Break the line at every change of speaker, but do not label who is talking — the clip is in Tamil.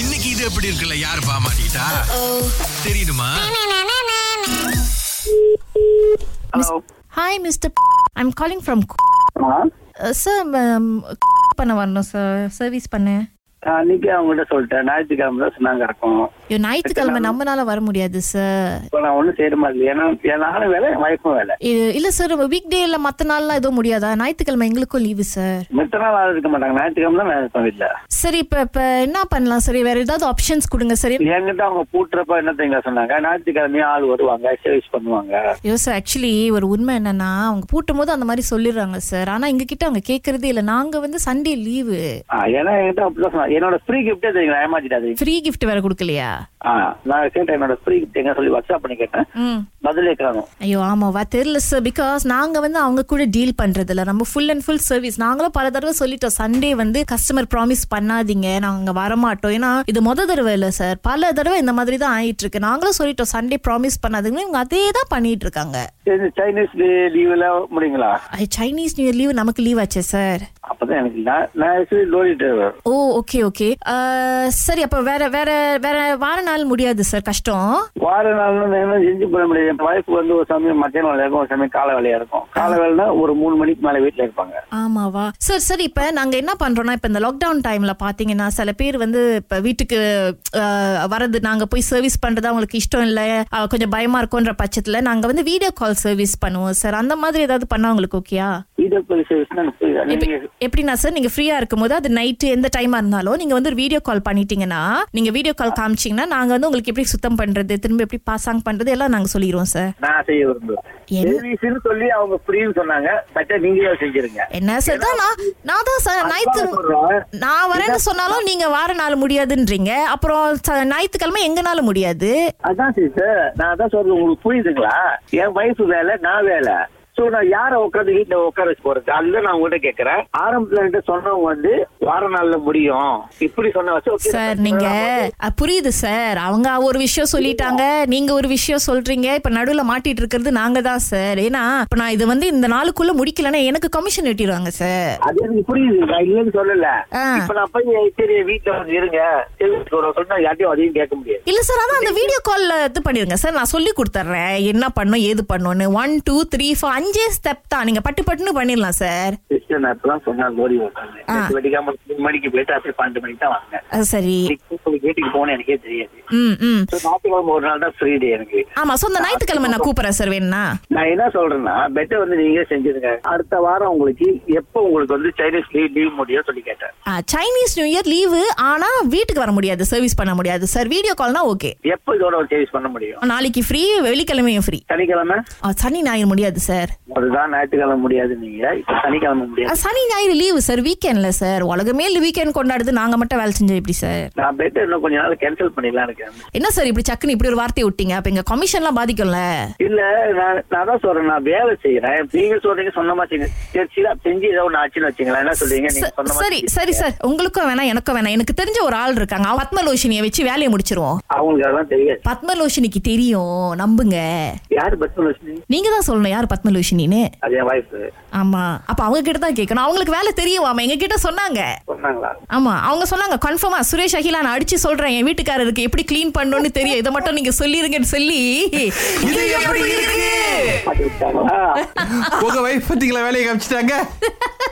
இன்னைக்கு இது எப்படி இருக்குல்ல யார் பாமாட்டா தெரியுமா
hello
hi mister I'm calling from sir பண்ண வரணும் சார் சர்வீஸ் பண்ண
அன்னைக்கு அவங்ககிட்ட சொல்லிட்டேன் ஞாயிற்றுக்கிழமை தான் சொன்னாங்க இருக்கும்
ஐயோ ஞாயிற்றுக்கிழமை நம்மனால வர முடியாது சார்
இப்போ நான் ஒன்றும் செய்ய மாதிரி ஏன்னா என் நானும் வேலை என் ஒய்ஃபும் வேலை
இல்லை சார் வீக் டே இல்லை மற்ற நாள்லாம் எதுவும் முடியாதா ஞாயிற்றுக்கிழமை எங்களுக்கும் லீவு சார்
மித்த நாள் ஆள் இருக்க மாட்டாங்க ஞாயிற்றுக்கிழமை தான் வேலை இருப்பேன் வீட்டில்
சரி இப்போ இப்போ என்ன பண்ணலாம் சரி வேற ஏதாவது ஆப்ஷன்ஸ் கொடுங்க சரி
என்கிட்ட அவங்க பூட்டுறப்ப என்ன தெரியுங்க சொன்னாங்க ஞாயிற்றுக்கிழமையும் ஆள் வருவாங்க சர்வீஸ் பண்ணுவாங்க
ஐயோ சார் ஆக்சுவலி ஒரு உண்மை என்னன்னா அவங்க பூட்டும் போது அந்த மாதிரி சொல்லிடுறாங்க சார் ஆனா எங்க கிட்ட அவங்க கேட்கறதே இல்லை நாங்க வந்து சண்டே லீவு
ஆ, ஏன்னா என்கிட்ட அப்படிதான் சொன்னாங்க என்னோட ஃப்ரீ கிஃப்டே தெரியுங்களா ஏமாத்திட்டாது
ஃப்ரீ கிஃப்ட் வேற கொடுக்கலையா
ஆ நான் கேட்டேன் என்னோட ஃப்ரீ கிஃப்ட் எங்க சொல்லி வாட்ஸ்அப் பண்ணி கேட்டேன்
ம்
பதிலே காணும்
ஐயோ ஆமாவா தெரியல சார் பிகாஸ் நாங்க வந்து அவங்க கூட டீல் பண்றதில்ல நம்ம ஃபுல் அண்ட் ஃபுல் சர்வீஸ் நாங்களும் பல தடவை சொல்லிட்டோம் சண்டே வந்து கஸ்டமர் ப்ராமிஸ் பண்ணாதீங்க நாங்க வரமாட்டோம் ஏன்னா இது முத தடவை இல்ல சார் பல தடவை இந்த மாதிரி தான் ஆயிட்டு இருக்கு நாங்களும் சொல்லிட்டோம் சண்டே ப்ராமிஸ் பண்ணாதீங்கன்னு இவங்க அதே தான் பண்ணிட்டு இருக்காங்க
சரி சைனீஸ் லீவில் முடியுங்களா
ஐ, சைனீஸ் நியூ இயர் லீவ் நமக்கு லீவ் ஆச்சே சார்
அப்பதான் எனக்கு நான் நான் ஆக்சுவலி லோரி டிரைவர்
ஓ ஓகே ஓகே சரி அப்போ வேற வேற வேற வார நாள் முடியாது சார் கஷ்டம்
வார நாள்னு என்ன செஞ்சு போட முடியாது என் ஒய்ஃபுக்கு வந்து ஒரு சமயம் மத்தியானம் வேலையா இருக்கும் ஒரு சமயம் காலை வேலையா இருக்கும் காலை வேலைனா ஒரு மூணு மணிக்கு மேல வீட்டுல இருப்பாங்க
ஆமாவா சார் சரி இப்போ நாங்கள் என்ன பண்ணுறோம்னா இப்போ இந்த லாக்டவுன் டைமில் பார்த்தீங்கன்னா சில பேர் வந்து இப்போ வீட்டுக்கு அஹ், வர்றது நாங்கள் போய் சர்வீஸ் பண்ணுறது அவங்களுக்கு இஷ்டம் இல்லை அஹ், கொஞ்சம் பயமாக இருக்கும்ன்ற பட்சத்தில் நாங்கள் வந்து வீடியோ கால் சர்வீஸ் பண்ணுவோம் சார் அந்த மாதிரி ஏதாவது பண்ணால் உங்களுக்கு ஓகேயா
வீடியோ கால் சர்வீஸ் நீங்க
எப்படின்னா சார் நீங்கள் ஃப்ரீயாக இருக்கும்போது அது நைட்டு எந்த டைமாக இருந்தாலும் நீங்கள் வந்து வீடியோ கால் பண்ணிட்டீங்கன்னா நீங்கள் வீடியோ கால் காமிச்சிங்கன்னா நாங்கள் வந்து உங்களுக்கு எப்படி சுத்தம் பண்ணுறது திரும்ப எப்படி பாசாங் பண்ணுறது எல்லாம் நாங்கள் சொல்லிடுவோம் சார்
நான் செய்ய விரும்புவேன்
என்ன?
சர்வீஸ்னு சொல்லி அவங்க ஃப்ரீன்னு சொன்னாங்க பட் நீங்களே செஞ்சிருங்க
என்ன சார் தான் நான் நான் தான் சார் நைட்டு
சொல்றேன்
நான் வரேன்னு சொன்னாலும் நீங்க வார நாள் முடியாதுன்றீங்க அப்புறம் ச- ஞாயிற்றுக்கிழமை எங்கனால முடியாது
அதான் சிஸ்டர் நான் அதான் சொல்றது உங்களுக்கு புரியுதுங்களா என் வைஃப் வேலை நான் வேலை சோ நான் யார உட்காந்து வீட்டுல உட்கார வச்சு போறது அதுதான் நான் உங்ககிட்ட கேக்குறேன் ஆரம்பத்துல என்கிட்ட சொன்னவங்க வந்து வார நாள்ல முடியும் இப்படி சொன்ன வச்சு okay,
சார்
நான்
நீங்க
சொல்றேன்.
அ, புரியுது சார் அவங்க ஒரு விஷயம் சொல்லிட்டாங்க நீங்க ஒரு விஷயம் சொல்றீங்க இப்ப நடுவுல மாட்டிட்டு இருக்கிறது நாங்க தான் சார் ஏன்னா இப்ப நான் இது வந்து இந்த நாளுக்குள்ள முடிக்கலன்னா எனக்கு கமிஷன் வெட்டிடுவாங்க சார்
அது எனக்கு புரியுது நான் இல்லைன்னு சொல்லல
ஆ.
இப்ப நான் போய் சரி வீட்டுல வந்து இருங்க தெரிவிச்சுட்டு வரோம் சொன்னா யார்ட்டையும் அதையும் கேட்க முடியாது
இல்ல சார் அதான் அந்த வீடியோ கால்ல இது பண்ணிருங்க சார் நான் சொல்லி கொடுத்துட்றேன் என்ன பண்ணும் ஏது பண்ணும்னு ஒன் டூ த்ரீ ஃபோர் அஞ்சே ஸ்டெப் தான் நீங்க பட்டு பட்டுன்னு பண்ணிடலாம் சார்
சிஸ்டர் நான் இப்பதான் சொன்னேன் லோரி ஓட்டாங்க வெடிக்காம மூணு மணிக்கு போயிட்டு அப்படியே பன்னெண்டு மணிக்கு தான் வந்தேன்
அஹ், சரி
இன்னைக்கு வீட்டுக்கு போனேன் எனக்கே தெரியாது
ம் ம்
So, ஞாயிற்றுக்கிழமை ஒரு நாள் தான் ஃப்ரீ டே எனக்கு
ஆமா சோ அந்த ஞாயிற்றுக்கிழமை நான் கூப்பிடுறேன் சார் வேணும்னா
நான் என்ன சொல்றேன்னா பெட்டர் வந்து நீங்களே செஞ்சிருங்க அடுத்த வாரம் உங்களுக்கு எப்போ உங்களுக்கு வந்து சைனீஸ் லீவ் லீவ் முடியும் சொல்லி கேட்டேன்
ஆ, சைனீஸ் நியூ இயர் லீவு ஆனா வீட்டுக்கு வர முடியாது சர்வீஸ் பண்ண முடியாது சார் வீடியோ கால்னா ஓகே
எப்போ இதோட ஒரு சர்வீஸ் பண்ண முடியும்
நாளைக்கு ஃப்ரீ வெள்ளிக்கிழமையும் ஃப்ரீ
சனிக்கிழமை
சனி ஞாயிறு முடியாது சார்
அதுதான் ஞாயிற்றுக்கிழமை முடியாது நீங்க இப்ப சனிக்கிழமை
ஆ,
முடியாது
சனி ஞாயிறு லீவு சார் வீக்கெண்ட்ல சார் உலகமே வீக்கெண்ட் கொண்டாடுது நாங்க மட்டும் வேலை செஞ்சோம் எப்படி சார்
நான் பெட்டர் இன்னும் கொஞ்ச நாள் கேன்சல் பண்ணிடலாம் இருக்கேன்
என்ன சார் இப்படி சக்குன்னு இப்படி ஒரு வார்த்தையை விட்டீங்க அப்ப எங்க கமிஷன்லாம் பாதிக்கும்ல
இல்ல நான் நான் தான் சொல்றேன் நான் வேலை செய்யறேன் நீங்க சொல்றீங்க சொன்னமா செய்யுங்க சரி சரி, செஞ்சு ஏதோ ஒண்ணு ஆச்சுன்னு வச்சுங்களேன் என்ன சொல்றீங்க நீங்க
ச-
சொன்னமா
சரி சரி சார் உங்களுக்கும் வேணாம் எனக்கும் வேணாம் எனக்கு தெரிஞ்ச ஒரு ஆள் இருக்காங்க அவ பத்மலோஷினியை வச்சு வேலையை முடிச்சிருவோம்
அவங்களுக்கு அதெல்லாம் தெரியாது
பத்மலோஷினிக்கு தெரியும் நம்புங்க
யாரு பஸ் வச்சு
நீங்க தான் சொல்லணும் யார் பத்மலோஷினின்னு
அது என் வாய்ப்பு
ஆமா அப்ப அவங்க கிட்ட தான் கேட்கணும் அவங்களுக்கு வேலை தெரியும் ஆமா எங்க கிட்ட சொன்னாங்க
சொன்னாங்களா
ஆமா அவங்க சொன்னாங்க கன்ஃபார்மா சுரேஷ் அகிலா நான் அடிச்சு சொல்றேன் என் வீட்டுக்காரருக்கு எப்படி க்ளீன் பண்ணணும்னு தெரியும் இதை மட்டும் நீங்க சொல்லிருங்கன்னு சொல்லி
இது எப்படி இருக்கு
பாத்து விட்டாங்களா
உங்க வைஃப் பத்திங்களா வேலையை காமிச்சிட்டாங்க